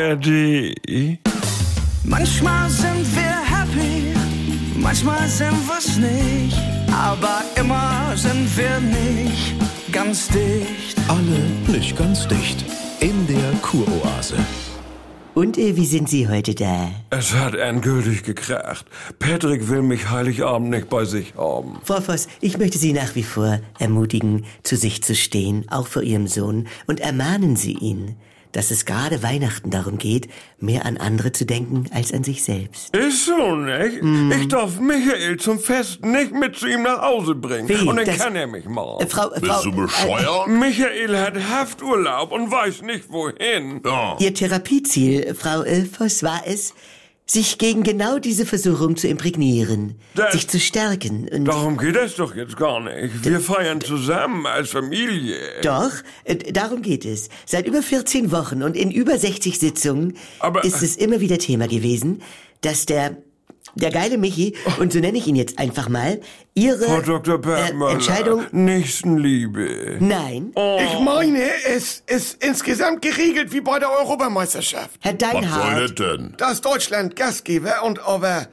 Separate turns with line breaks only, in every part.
ARD.
Manchmal sind wir happy, manchmal sind wir's nicht, aber immer sind wir nicht ganz dicht.
Alle nicht ganz dicht. In der Kuroase.
Und äh, wie sind Sie heute da?
Es hat endgültig gekracht. Patrick will mich Heiligabend nicht bei sich haben.
Frau Voss, ich möchte Sie nach wie vor ermutigen, zu sich zu stehen, auch vor Ihrem Sohn, und ermahnen Sie ihn, dass es gerade Weihnachten darum geht, mehr an andere zu denken als an sich selbst.
Ist so, nicht?
Hm.
Ich darf Michael zum Fest nicht mit zu ihm nach Hause bringen.
Wie,
und dann
das-
kann er mich mal.
Äh, Frau, äh, Frau,
Bist du bescheuert?
Michael hat Hafturlaub und weiß nicht wohin.
Ja.
äh, Ihr Therapieziel, Frau äh, Voss, war es, sich gegen genau diese Versuchung zu imprägnieren,
Das-
sich zu stärken und...
Darum geht es doch jetzt gar nicht. Wir feiern zusammen als Familie.
Doch, äh, darum geht es. Seit über 14 Wochen und in über 60 Sitzungen
Aber-
ist es immer wieder Thema gewesen, dass der der geile Michi, und so nenne ich ihn jetzt einfach mal, ihre
Frau Dr. Bergmüller,
äh, Entscheidung... Hm.
Nächstenliebe.
Nein,
Ich meine, es ist insgesamt geregelt wie bei der Europameisterschaft.
Herr
Was soll
Deinhardt,
das denn?
Dass Deutschland Gastgeber und aber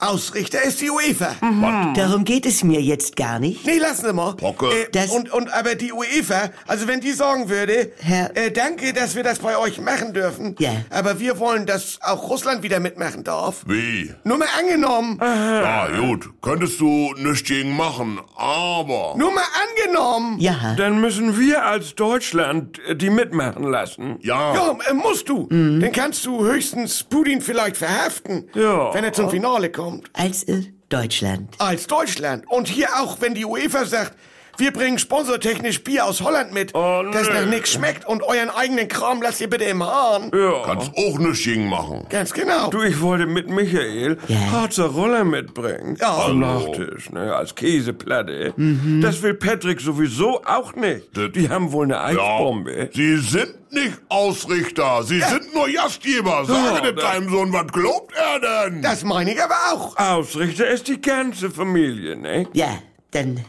Ausrichter ist die UEFA.
Mhm. darum geht es mir jetzt gar nicht.
Nee, lassen Sie mal. Äh,
Pocke.
Das-
und, und aber die UEFA, also wenn die sagen würde,
Herr-
äh, danke, dass wir das bei euch machen dürfen,
Ja.
aber wir wollen, dass auch Russland wieder mitmachen darf.
Wie?
Nur mal angenommen.
Ja, gut. Könntest du nichts gegen machen, aber...
Nur mal angenommen.
Ja,
Dann müssen wir als Deutschland äh, die mitmachen lassen.
Ja,
Ja, äh, musst du.
Mhm.
Dann kannst du höchstens Putin vielleicht verhaften,
Ja.
wenn er zum Finale kommt.
als äh, Deutschland.
Als Deutschland. Und hier auch, wenn die UEFA sagt, wir bringen sponsortechnisch Bier aus Holland mit,
Oh, nee.
das nach nichts schmeckt und euren eigenen Kram lasst ihr bitte immer an.
kannst auch nichts gegen machen.
Ganz genau.
Du, ich wollte mit Michael
Ja.
Harzer Roller mitbringen.
Ja.
Zum Nachtisch, ne, als Käseplatte. Das will Patrick sowieso auch nicht.
Das-
Die haben wohl eine Eisbombe.
Sie sind nicht Ausrichter, Sie sind nur Gastgeber. Sage
Ja,
dem
da-
deinem Sohn, was glaubt er denn?
das meine ich aber auch.
Ausrichter ist die ganze Familie, ne?
Ja, dann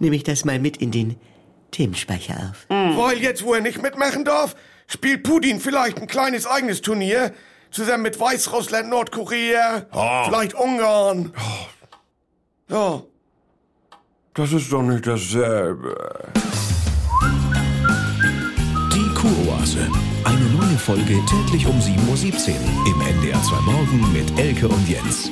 nehme ich das mal mit in den Themenspeicher auf.
Hm.
Weil jetzt, wo er nicht mitmachen darf, spielt Putin vielleicht ein kleines eigenes Turnier. Zusammen mit Weißrussland, Nordkorea,
Ah.
vielleicht Ungarn.
Ah.
Ja.
Das ist doch nicht dasselbe.
Die Kuroase. Eine neue Folge täglich um 7.17 Uhr im NDR 2 Morgen mit Elke und Jens.